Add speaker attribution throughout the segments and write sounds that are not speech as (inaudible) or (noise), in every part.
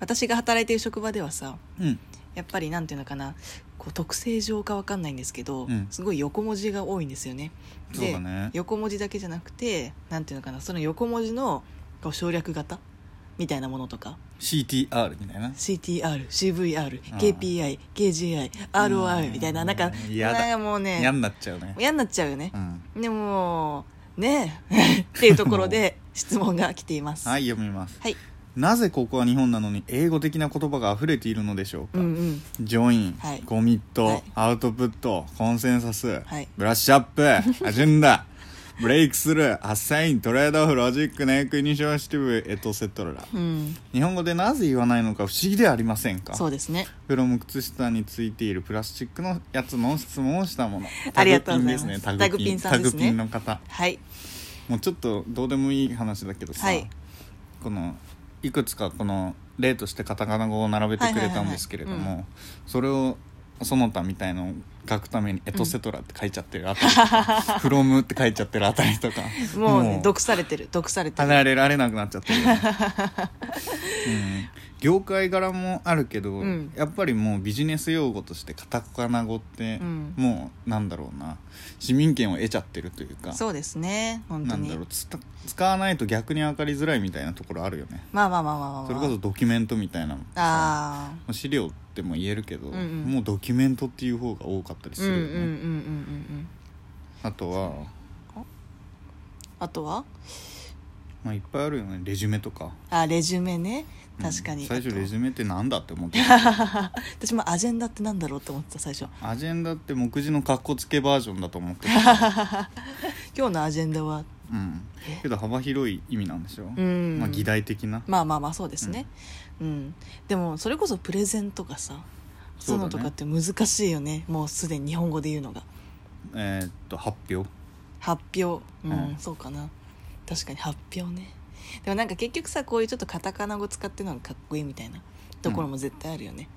Speaker 1: 私が働いてる職場ではさ
Speaker 2: うん
Speaker 1: やっぱりなんていうのかなこう特性上かわかんないんですけど、
Speaker 2: うん
Speaker 1: すごい横文字が多いんですよね。
Speaker 2: そう
Speaker 1: で
Speaker 2: だね
Speaker 1: 横文字だけじゃなくてなんていうのかなその横文字のこう省略型みたいなものとか
Speaker 2: CTR みたいな
Speaker 1: CTR、CVR、
Speaker 2: ああ
Speaker 1: KPI、KGI、ROI みたいななんか
Speaker 2: うん嫌だ
Speaker 1: なんかもうね
Speaker 2: 嫌になっちゃうね
Speaker 1: 嫌になっちゃうよね
Speaker 2: う。ん
Speaker 1: でもね (laughs) えっていうところで質問が来ています。
Speaker 2: はい読みます
Speaker 1: はい。
Speaker 2: なぜここは日本なのに英語的な言葉が溢れているのでしょうか、
Speaker 1: うんうん。
Speaker 2: ジョイン、
Speaker 1: はい
Speaker 2: コミット、
Speaker 1: はい
Speaker 2: アウトプットコンセンサス、
Speaker 1: はい
Speaker 2: ブラッシュアップアジェンダブレイクスルーアッサイントレードオフロジックネイクイニシアシティブエトセトラ
Speaker 1: うん。
Speaker 2: 日本語でなぜ言わないのか不思議ではありませんか
Speaker 1: そうですね。
Speaker 2: フロム靴下についているプラスチックのやつの質問をしたもの
Speaker 1: ありがとうございます
Speaker 2: タグピンですね
Speaker 1: タ
Speaker 2: タ
Speaker 1: グピンさんで
Speaker 2: グ
Speaker 1: すね
Speaker 2: ピンの方
Speaker 1: はい。
Speaker 2: もうちょっとどうでもいい話だけどさ、
Speaker 1: はい
Speaker 2: このいくつかこの例としてカタカナ語を並べてくれたんですけれど
Speaker 1: はいはいはい
Speaker 2: もそれをその他みたいのを書くために「エトセトラ」って書いちゃってるあたり「フロム」って書いちゃってるあたりとか
Speaker 1: (laughs) もうね毒されてる毒されてる。
Speaker 2: 離れられなくなっちゃ
Speaker 1: (laughs)
Speaker 2: ってるよね、うん、業界柄もあるけど、
Speaker 1: うん
Speaker 2: やっぱりもうビジネス用語としてカタカナ語って、
Speaker 1: うん
Speaker 2: もうなんだろうな市民権を得ちゃってるというか
Speaker 1: そうですね。本
Speaker 2: な
Speaker 1: 当
Speaker 2: んだろ
Speaker 1: に
Speaker 2: う。つた使わないと逆に分かりづらいみたいなところあるよね
Speaker 1: まあまあまあまあまあまあ。
Speaker 2: それこそドキュメントみたいなのってさ
Speaker 1: ああ。
Speaker 2: まあ資料っても言えるけど、
Speaker 1: うんうん
Speaker 2: もうドキュメントっていう方が多かったりす
Speaker 1: うん
Speaker 2: る
Speaker 1: うん
Speaker 2: よ
Speaker 1: うん
Speaker 2: ね
Speaker 1: うんうんうん。
Speaker 2: あとは、
Speaker 1: あとは
Speaker 2: まあ、いっぱいあるよねレジュメとか
Speaker 1: あレジュメね確かに、
Speaker 2: うん最初レジ
Speaker 1: ュ
Speaker 2: ュメってなんだって思って
Speaker 1: (laughs)
Speaker 2: た
Speaker 1: 私もアジェンダってなんだろうって思ってた最初
Speaker 2: アジェンダって目次のカッコつけバージョンだと思っ
Speaker 1: (laughs)
Speaker 2: てた、
Speaker 1: 今日のアジェンダは
Speaker 2: うん、けど幅広い意味なんでしょ、
Speaker 1: うん
Speaker 2: まあ、議題的な、
Speaker 1: まあまあまあそうですねうん、でもそれこそプレゼンとかさそういうのとかって難しいよねもうすでに日本語で言うのが
Speaker 2: えーっと発表
Speaker 1: 発表うん、
Speaker 2: うん
Speaker 1: そうかな確かに発表ねでもなんか結局さこういうちょっとカタカナ語使ってるのがかっこいいみたいなところも絶対あるよね、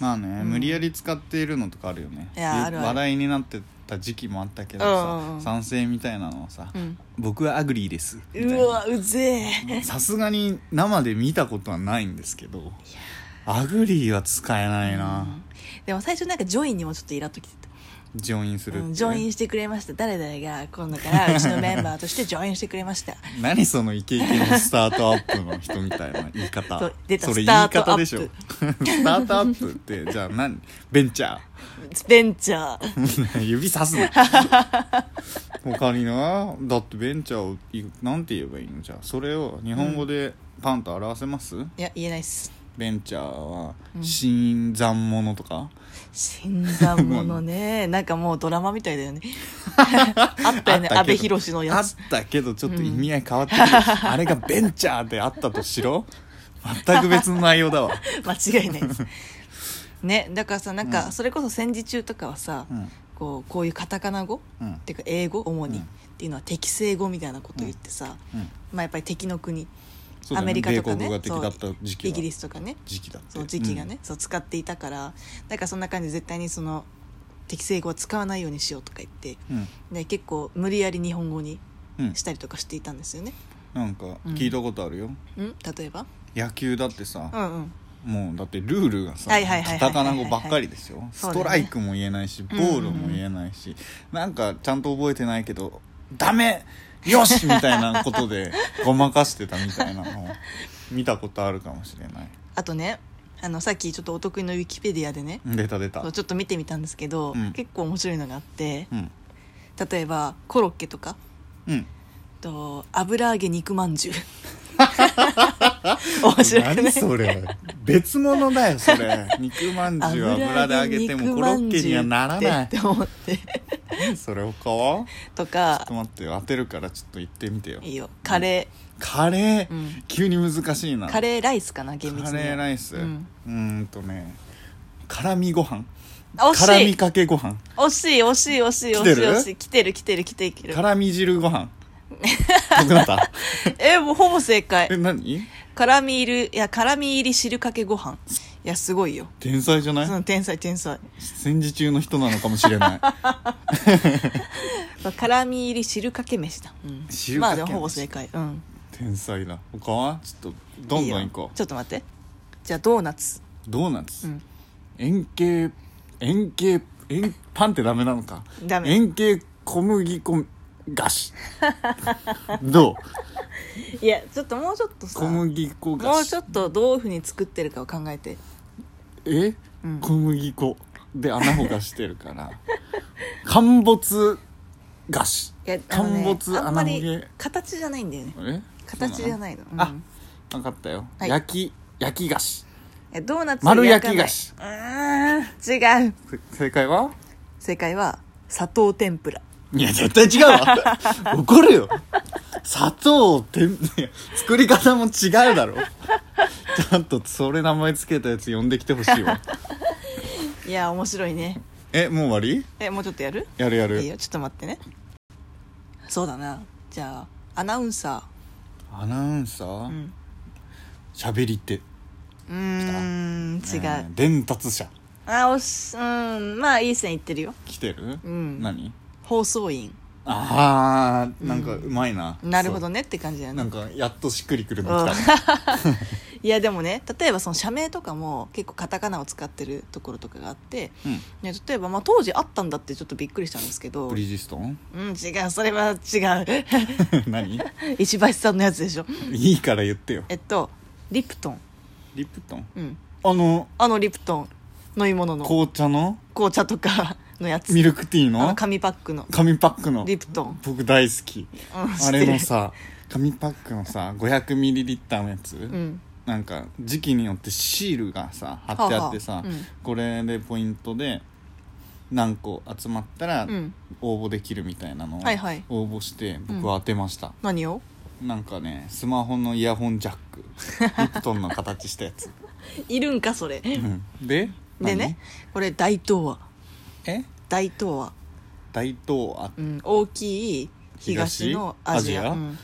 Speaker 2: まあね、
Speaker 1: うん
Speaker 2: 無理やり使っているのとかあるよね
Speaker 1: いやあるある
Speaker 2: 話題になってた時期もあったけど
Speaker 1: うんうんう
Speaker 2: さ
Speaker 1: ん
Speaker 2: 賛成みたいなのをさ、
Speaker 1: うん
Speaker 2: 僕はアグリーですみたいうな
Speaker 1: わうぜえ
Speaker 2: さすがに生で見たことはないんですけどアグリーは使えないな、
Speaker 1: でも最初なんかジョインにもちょっとイラっときてた
Speaker 2: ジョインするって
Speaker 1: う
Speaker 2: ね、
Speaker 1: んジョインしてくれました誰々が今度からうちのメンバーとしてジョインしてくれました
Speaker 2: 何そのイケイケのスタートアップの人みたいな言い方
Speaker 1: そう出た
Speaker 2: それ
Speaker 1: スター
Speaker 2: 言い
Speaker 1: トアッ
Speaker 2: 方
Speaker 1: プ
Speaker 2: でしょ (laughs) スタートアップってじゃあ何ベンチャ
Speaker 1: ベンチャー
Speaker 2: ー (laughs) 指
Speaker 1: (laughs)
Speaker 2: さすな他になだってベンチャーをいなんて言えばいいのじゃあそれを日本語でパンと表せます、
Speaker 1: いや言えないっ
Speaker 2: (laughs)
Speaker 1: す
Speaker 2: ベンチャーは新参者とか、
Speaker 1: 新参者ねなんかもうドラマみたいだよ
Speaker 2: (laughs)
Speaker 1: ねあったよね
Speaker 2: けど
Speaker 1: 阿部寛のやつ
Speaker 2: あったけどちょっと意味合い変わって
Speaker 1: (laughs)
Speaker 2: くる、あれがベンチャーであったとしろ全く別の内容
Speaker 1: (laughs)
Speaker 2: だわ、
Speaker 1: 間違いないですねだからさなんかそれこそ戦時中とかはさ、
Speaker 2: うん
Speaker 1: こうこういうカタカナ語、
Speaker 2: うん
Speaker 1: っていうか英語主に、
Speaker 2: うん
Speaker 1: っていうのは敵性語みたいなこと言ってさ、
Speaker 2: うん
Speaker 1: まあやっぱり敵の国、
Speaker 2: そうだ
Speaker 1: ア
Speaker 2: ね
Speaker 1: メリカとか
Speaker 2: 米
Speaker 1: ね
Speaker 2: 国が敵だった
Speaker 1: そう
Speaker 2: 時期は
Speaker 1: イギリスとかね
Speaker 2: 時期だって
Speaker 1: そう時期がね、そう使っていたからだからそんな感じで絶対にその適正語は使わないようにしようとか言って、
Speaker 2: うん、
Speaker 1: ね、結構無理やり日本語に
Speaker 2: うん
Speaker 1: したりとかしていたんですよね、
Speaker 2: なんか聞いたことあるよ、
Speaker 1: うん、例えば
Speaker 2: 野球だってさ
Speaker 1: う、んうん
Speaker 2: もうだってルールがさ
Speaker 1: はいはいはいはいはい
Speaker 2: カタカナ語ばっかりですよ、
Speaker 1: そう
Speaker 2: ス
Speaker 1: だね
Speaker 2: トライクも言えないしボールも言えないし、なんかちゃんと覚えてないけどダメよしみたいなこ
Speaker 1: (laughs)
Speaker 2: とでごまかしてたみたいなのを見たことあるかもしれない
Speaker 1: あとねあのさっきちょっとお得意のウィキペディアでね
Speaker 2: 出た出た
Speaker 1: そうちょっと見てみたんですけど、
Speaker 2: うん
Speaker 1: 結構面白いのがあって
Speaker 2: うん
Speaker 1: 例えばコロッケとか
Speaker 2: うん
Speaker 1: と油揚げ肉まん
Speaker 2: (laughs)
Speaker 1: じゅう面白くな
Speaker 2: 何
Speaker 1: い
Speaker 2: それ別物だよそれ肉まんじゅう油で揚げてもコロッケにはならない
Speaker 1: って思って
Speaker 2: それ他は
Speaker 1: とか
Speaker 2: ちょっと待ってよ当てるからちょっと言ってみてよ
Speaker 1: いいよカレ
Speaker 2: カレー、
Speaker 1: うん
Speaker 2: 急に難しいな
Speaker 1: ーカレーライスかな厳密には
Speaker 2: カレーライスう
Speaker 1: うん
Speaker 2: ーんとね辛みご飯
Speaker 1: 惜し
Speaker 2: 辛
Speaker 1: い
Speaker 2: みかけご飯
Speaker 1: 惜しい惜しい惜しい
Speaker 2: 来
Speaker 1: 惜
Speaker 2: て
Speaker 1: しい
Speaker 2: る
Speaker 1: 惜しい来てる来てる来てる来てる
Speaker 2: 辛み汁ご
Speaker 1: (laughs)
Speaker 2: 飯僕だった
Speaker 1: えもうほぼ正
Speaker 2: え
Speaker 1: 解
Speaker 2: 何
Speaker 1: 辛み入りいや辛み入り汁かけご飯いやすごいよ
Speaker 2: 天才じゃ
Speaker 1: そ
Speaker 2: ない
Speaker 1: の天才天才
Speaker 2: 戦時中の人なのかもしれない (laughs)
Speaker 1: 辛み入り汁かけ飯だ、うん、
Speaker 2: 汁
Speaker 1: ま
Speaker 2: か
Speaker 1: あ
Speaker 2: け
Speaker 1: で
Speaker 2: 飯
Speaker 1: もほぼ正解うん
Speaker 2: 天才だ他はちょっとどんどん行こ
Speaker 1: いいよちょっと待ってじゃあドーナツ
Speaker 2: ドーナツ、
Speaker 1: うん
Speaker 2: 円形円形円パンってダメなのか
Speaker 1: ダメ
Speaker 2: 円形小麦粉菓子
Speaker 1: (laughs)
Speaker 2: どう
Speaker 1: いやちょっともうちょっとさ
Speaker 2: 小
Speaker 1: も
Speaker 2: 麦粉菓
Speaker 1: う
Speaker 2: 子
Speaker 1: ちょっとどういうふうに作ってるかを考えて
Speaker 2: え、
Speaker 1: うん
Speaker 2: 小麦粉で穴ほかしてるから (laughs) 陥没菓子
Speaker 1: いやあの
Speaker 2: 陥
Speaker 1: ね
Speaker 2: 没
Speaker 1: あん
Speaker 2: 穴
Speaker 1: ま
Speaker 2: ほ
Speaker 1: り
Speaker 2: げ
Speaker 1: 形じゃないんだよね
Speaker 2: え
Speaker 1: 形じゃないの、
Speaker 2: そうなの
Speaker 1: うん
Speaker 2: あ分かったよ、
Speaker 1: はい
Speaker 2: 焼き焼き菓子
Speaker 1: えドーナツ
Speaker 2: 丸焼き菓
Speaker 1: が
Speaker 2: 子
Speaker 1: うーん違う
Speaker 2: せ正解は
Speaker 1: 正解は砂糖天ぷら
Speaker 2: いや、絶対違うわ。
Speaker 1: (laughs)
Speaker 2: 怒るよ。砂糖って、いや作り方も違うだろ。ちゃんと、それ名前つけたやつ呼んできてほしい
Speaker 1: (laughs)
Speaker 2: わ。
Speaker 1: いや面白いね
Speaker 2: え、もう終わり
Speaker 1: えもうちょっとやる
Speaker 2: やるや
Speaker 1: いい
Speaker 2: る。
Speaker 1: よちょっと待ってねそうだなじゃあアナウンサ
Speaker 2: アナウンサ
Speaker 1: ーう
Speaker 2: ー
Speaker 1: ん
Speaker 2: 喋、り手。違う
Speaker 1: うーん違う、
Speaker 2: 伝達者。
Speaker 1: あおしうんまあいい線いってるよ
Speaker 2: 来てる、
Speaker 1: うん
Speaker 2: 何
Speaker 1: 放送員
Speaker 2: あー、なんかうまいな。
Speaker 1: なるほどねって感じだよ
Speaker 2: そう。な
Speaker 1: ね
Speaker 2: んか、やっとしっくりくる
Speaker 1: う
Speaker 2: の
Speaker 1: ん
Speaker 2: 来 (laughs) た。
Speaker 1: いやでもね例えばその社名とかも結構カタカナを使ってるところとかがあって、
Speaker 2: うん。
Speaker 1: ね、例えば、まあ、当時あったんだってちょっとびっくりしたんですけどう
Speaker 2: ブ
Speaker 1: ん
Speaker 2: リヂストン
Speaker 1: 違うそれは違う
Speaker 2: (laughs)
Speaker 1: (laughs)
Speaker 2: 何
Speaker 1: 石橋さんのやつでしょ
Speaker 2: いいから言ってよ。
Speaker 1: えっとリプトン、
Speaker 2: リプトン
Speaker 1: うん、
Speaker 2: あの、
Speaker 1: あのリプトン飲み物の
Speaker 2: 紅茶の
Speaker 1: 紅茶とかのやつ
Speaker 2: ミルクティー
Speaker 1: あの
Speaker 2: の
Speaker 1: 紙パックの
Speaker 2: 紙パックの
Speaker 1: リプトン、
Speaker 2: 僕大好き
Speaker 1: うん、知
Speaker 2: あ
Speaker 1: って
Speaker 2: れ
Speaker 1: る
Speaker 2: のさ紙パックのさ 500ml のやつ、
Speaker 1: うん
Speaker 2: なんか時期によってシールがさ貼ってあってさ、
Speaker 1: はあはあうん
Speaker 2: これでポイントで何個集まったら
Speaker 1: うん
Speaker 2: 応募できるみたいなのを
Speaker 1: はいはい
Speaker 2: 応募して僕は当てました、
Speaker 1: 何を
Speaker 2: なんかねスマホのイヤホンジャッ
Speaker 1: (laughs)
Speaker 2: クリプトンの形したやつ、
Speaker 1: いるんかそれ
Speaker 2: うんで
Speaker 1: でねこれ大東亜
Speaker 2: 何え
Speaker 1: 大東亜、
Speaker 2: 大東亜
Speaker 1: うん、大きい東のアジア
Speaker 2: 東アジア
Speaker 1: うん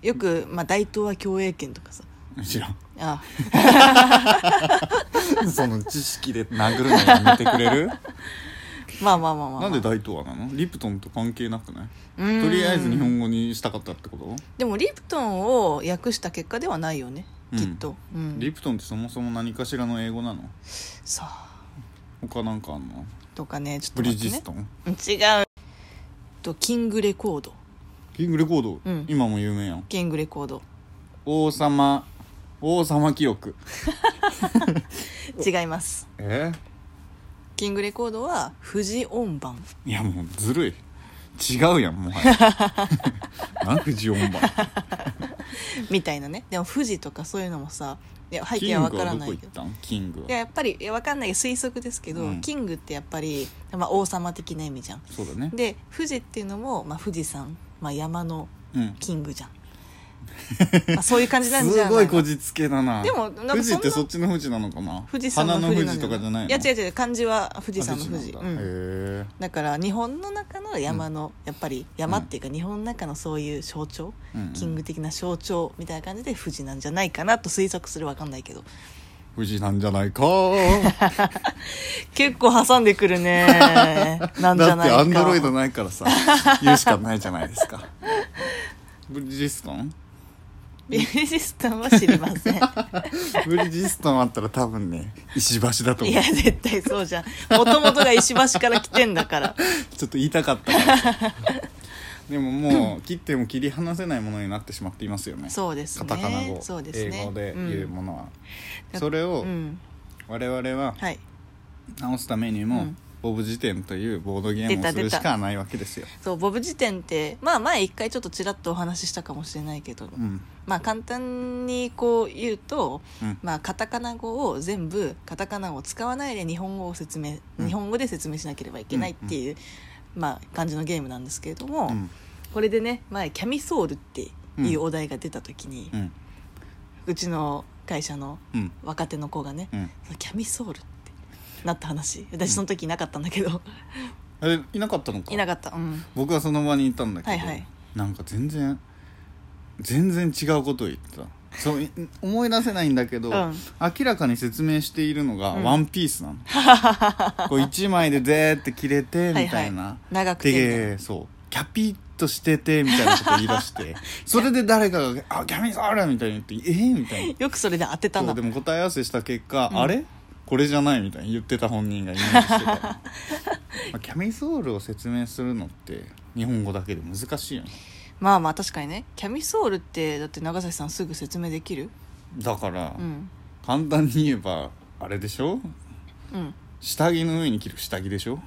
Speaker 1: よく、まあ、大東亜共栄圏とかさ
Speaker 2: 知らん (laughs)
Speaker 1: あ
Speaker 2: その知識で殴るのやめてく
Speaker 1: (laughs)
Speaker 2: れる
Speaker 1: まあまあまあまあ、ま
Speaker 2: な
Speaker 1: あ、
Speaker 2: んで大東亜なのリプトンと関係なくない
Speaker 1: うん
Speaker 2: とりあえず日本語にしたかったってこと、
Speaker 1: でもリプトンを訳した結果ではないよね
Speaker 2: うん
Speaker 1: きっと、うん
Speaker 2: リプトンってそもそも何かしらの英語なの
Speaker 1: さあ
Speaker 2: 他なんかあんの
Speaker 1: とかねちょっ
Speaker 2: ブ
Speaker 1: と
Speaker 2: リ
Speaker 1: 待って、
Speaker 2: ヂ
Speaker 1: ね、
Speaker 2: ストン、
Speaker 1: 違うとキングレコード
Speaker 2: キングレコード、
Speaker 1: うん
Speaker 2: 今も有名やん
Speaker 1: キングレコード
Speaker 2: 王様王様記憶
Speaker 1: 違います
Speaker 2: え
Speaker 1: キングレコードは富士音版
Speaker 2: いやもうずるい違うやんもはや
Speaker 1: (laughs)
Speaker 2: 何富士音番
Speaker 1: みたいなねでも富士とかそういうのもさいや背
Speaker 2: キ
Speaker 1: 景
Speaker 2: ン
Speaker 1: は
Speaker 2: グ
Speaker 1: 分か
Speaker 2: は
Speaker 1: らな
Speaker 2: どこ
Speaker 1: い
Speaker 2: 行っ
Speaker 1: けど
Speaker 2: たんキング
Speaker 1: いや
Speaker 2: は
Speaker 1: やっぱりいや分かんない推測ですけど、
Speaker 2: うん
Speaker 1: キングってやっぱり、まあ、王様的な意味じゃん
Speaker 2: そうだね
Speaker 1: で富士っていうのも、まあ、富士山、まあ、山の
Speaker 2: うん
Speaker 1: キングじ
Speaker 2: (laughs)
Speaker 1: ゃんまあそういう感じなんじゃ
Speaker 2: す
Speaker 1: ない
Speaker 2: ごいこじつけだな
Speaker 1: でもなんかそんな
Speaker 2: 富士ってそっちの富士なのかな
Speaker 1: 富士山の
Speaker 2: 花の
Speaker 1: 富士
Speaker 2: 富士とかじゃないの
Speaker 1: いや違う
Speaker 2: う
Speaker 1: 違う漢字は富士山の富士
Speaker 2: なんだ
Speaker 1: うん
Speaker 2: へえ
Speaker 1: だから日本の中の山の、やっぱり山っていうか日本の中のそういう象徴、
Speaker 2: うんうん
Speaker 1: キング的な象徴みたいな感じで富士なんじゃないかなと推測するわかんないけど
Speaker 2: 富士なんじゃないかー
Speaker 1: 結構挟んでくる
Speaker 2: (laughs)
Speaker 1: ねなんじ
Speaker 2: だ
Speaker 1: ゃ
Speaker 2: っ
Speaker 1: ない
Speaker 2: て
Speaker 1: か
Speaker 2: アンドロイドないから
Speaker 1: (laughs)
Speaker 2: さ言うしかないじゃないですかブリヂス
Speaker 1: (laughs)
Speaker 2: トン
Speaker 1: ビジスタンは知りません
Speaker 2: ブリヂストンあったら多分ね石橋だと
Speaker 1: い
Speaker 2: 思
Speaker 1: や
Speaker 2: う
Speaker 1: 絶対そうじゃんもともとが石橋から来てんだ
Speaker 2: (laughs)
Speaker 1: から
Speaker 2: ちょっと言いたかったからさでももう切っても切り離せないものになってしまっていますよね
Speaker 1: そうです
Speaker 2: カ
Speaker 1: ね
Speaker 2: タカナ語、
Speaker 1: そうですね
Speaker 2: 英語で言うものは、
Speaker 1: うん
Speaker 2: それ
Speaker 1: う
Speaker 2: を
Speaker 1: ん
Speaker 2: 我々は
Speaker 1: はい
Speaker 2: 直すために
Speaker 1: う
Speaker 2: も、
Speaker 1: ん
Speaker 2: ボブ辞典というボードゲームをするしかないわけですよ、
Speaker 1: そうボブ辞典ってまあ前一回ちょっとちらっとお話ししたかもしれないけど、
Speaker 2: うん
Speaker 1: まあ簡単にこう言うと、
Speaker 2: うん
Speaker 1: まあカタカナ語を全部カタカナ語を使わないで日本語を説明、
Speaker 2: うん
Speaker 1: 日本語で説明しなければいけないっていう、まあ感じのゲームなんですけれども、
Speaker 2: うん
Speaker 1: これでね前キャミソールっていうお題が出た時に、
Speaker 2: うん
Speaker 1: うちの会社の
Speaker 2: うん
Speaker 1: 若手の子がね、
Speaker 2: うん
Speaker 1: キャミソールってなった話私その時いなかったんだけど、
Speaker 2: えいなかったのか
Speaker 1: いなかったうん
Speaker 2: 僕はその場にいたんだけど、
Speaker 1: はいはい
Speaker 2: なんか全然全然違うことを言ってたそうい思い出せないんだけど、
Speaker 1: うん
Speaker 2: 明らかに説明しているのが
Speaker 1: うん
Speaker 2: ワンピースな
Speaker 1: (laughs)
Speaker 2: の、こう一枚でぜーって切れてみたいな、
Speaker 1: 長くてみたいな
Speaker 2: でそうキャピとしててみたいなこと言い出して
Speaker 1: (laughs)
Speaker 2: それで誰かが「あギャミソール!」みたいに言って「えー、みたいな
Speaker 1: よくそれで当てた
Speaker 2: そう
Speaker 1: な
Speaker 2: でも答え合わせした結果、あれこれじゃないみたいに言ってた本人がイメー
Speaker 1: (laughs)
Speaker 2: ジしてた、まあ、キャミソールを説明するのって日本語だけで難しいよね
Speaker 1: まあまあ確かにねキャミソールってだって長崎さんすぐ説明できる
Speaker 2: だから、
Speaker 1: うん
Speaker 2: 簡単に言えばあれでしょ
Speaker 1: うん
Speaker 2: 下着の上に着る下着でしょ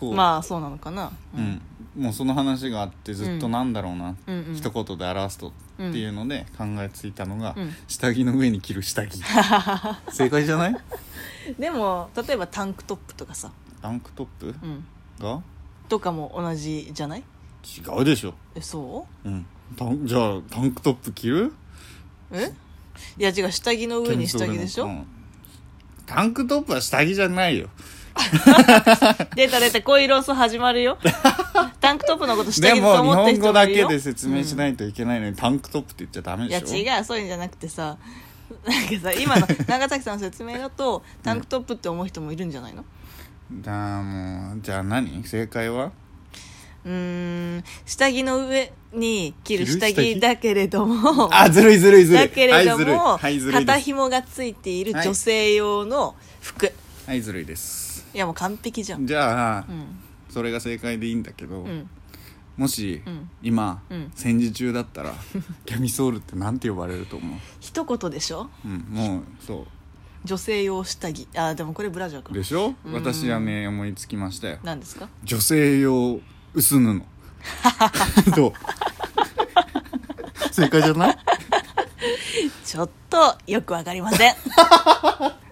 Speaker 2: こ
Speaker 1: (laughs)
Speaker 2: う
Speaker 1: まあそうなのかな、
Speaker 2: うん、もうその話があってずっと
Speaker 1: うん
Speaker 2: なんだろうな、
Speaker 1: うんうん
Speaker 2: 一言で表すとっていうので考えついたのが、
Speaker 1: うん
Speaker 2: 下着の上に着る
Speaker 1: (laughs)
Speaker 2: 下着正解じゃない
Speaker 1: でも例えばタンクトップとかさ、
Speaker 2: タンクトップ
Speaker 1: うん、
Speaker 2: が
Speaker 1: とかも同じじゃない
Speaker 2: 違うでしょ、
Speaker 1: えそう
Speaker 2: うん、タンじゃあタンクトップ着る
Speaker 1: えいや違う下着の上に下着でし
Speaker 2: う
Speaker 1: ょ
Speaker 2: んタンクトップは下着じゃないよ
Speaker 1: 出た出た恋ロース始まる
Speaker 2: (laughs)
Speaker 1: よタンクトップのこと下
Speaker 2: で
Speaker 1: 着
Speaker 2: も
Speaker 1: だと
Speaker 2: 日
Speaker 1: 思ってる
Speaker 2: 本
Speaker 1: 人
Speaker 2: 語
Speaker 1: も
Speaker 2: だ
Speaker 1: いる
Speaker 2: け
Speaker 1: よ
Speaker 2: で説明しないといけないのに、タンクトップって言っちゃダメ
Speaker 1: いや
Speaker 2: でしょ
Speaker 1: 違うそういうんじゃなくてさ (laughs) なんかさ今の長崎さんの説明だとタンクトップって思う人もいるんじゃないの
Speaker 2: だあもうじゃあ何正解は
Speaker 1: うーん下着の上に着る下
Speaker 2: 着る下
Speaker 1: 着
Speaker 2: 着
Speaker 1: だけれども
Speaker 2: あずるいずるいずる
Speaker 1: だ
Speaker 2: い
Speaker 1: けれども、
Speaker 2: はいずるいはいずるい
Speaker 1: 肩
Speaker 2: です
Speaker 1: 紐がついている女性用の服、い、
Speaker 2: はいずるいです
Speaker 1: やもう完璧じゃん
Speaker 2: じゃあ、
Speaker 1: うん
Speaker 2: それが正解でいいんだけど、
Speaker 1: うん
Speaker 2: もし、
Speaker 1: うん
Speaker 2: 今、
Speaker 1: うん
Speaker 2: 戦時中だった
Speaker 1: (laughs)
Speaker 2: らキャミソールってなんて呼ばれると思う、
Speaker 1: 一言でしょ
Speaker 2: うん、もうそ
Speaker 1: 女性用下着あでもこれブラジャーか
Speaker 2: うでしょ私はね思いつきましたよ
Speaker 1: 何ですか
Speaker 2: 女性用薄布どう正解じゃない
Speaker 1: ちょっとよくわかりません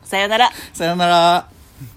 Speaker 1: さよなら
Speaker 2: さよなら